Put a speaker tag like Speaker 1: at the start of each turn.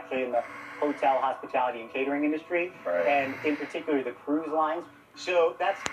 Speaker 1: particularly in the hotel, hospitality, and catering industry,
Speaker 2: Right.
Speaker 1: and in particular the cruise lines. So that's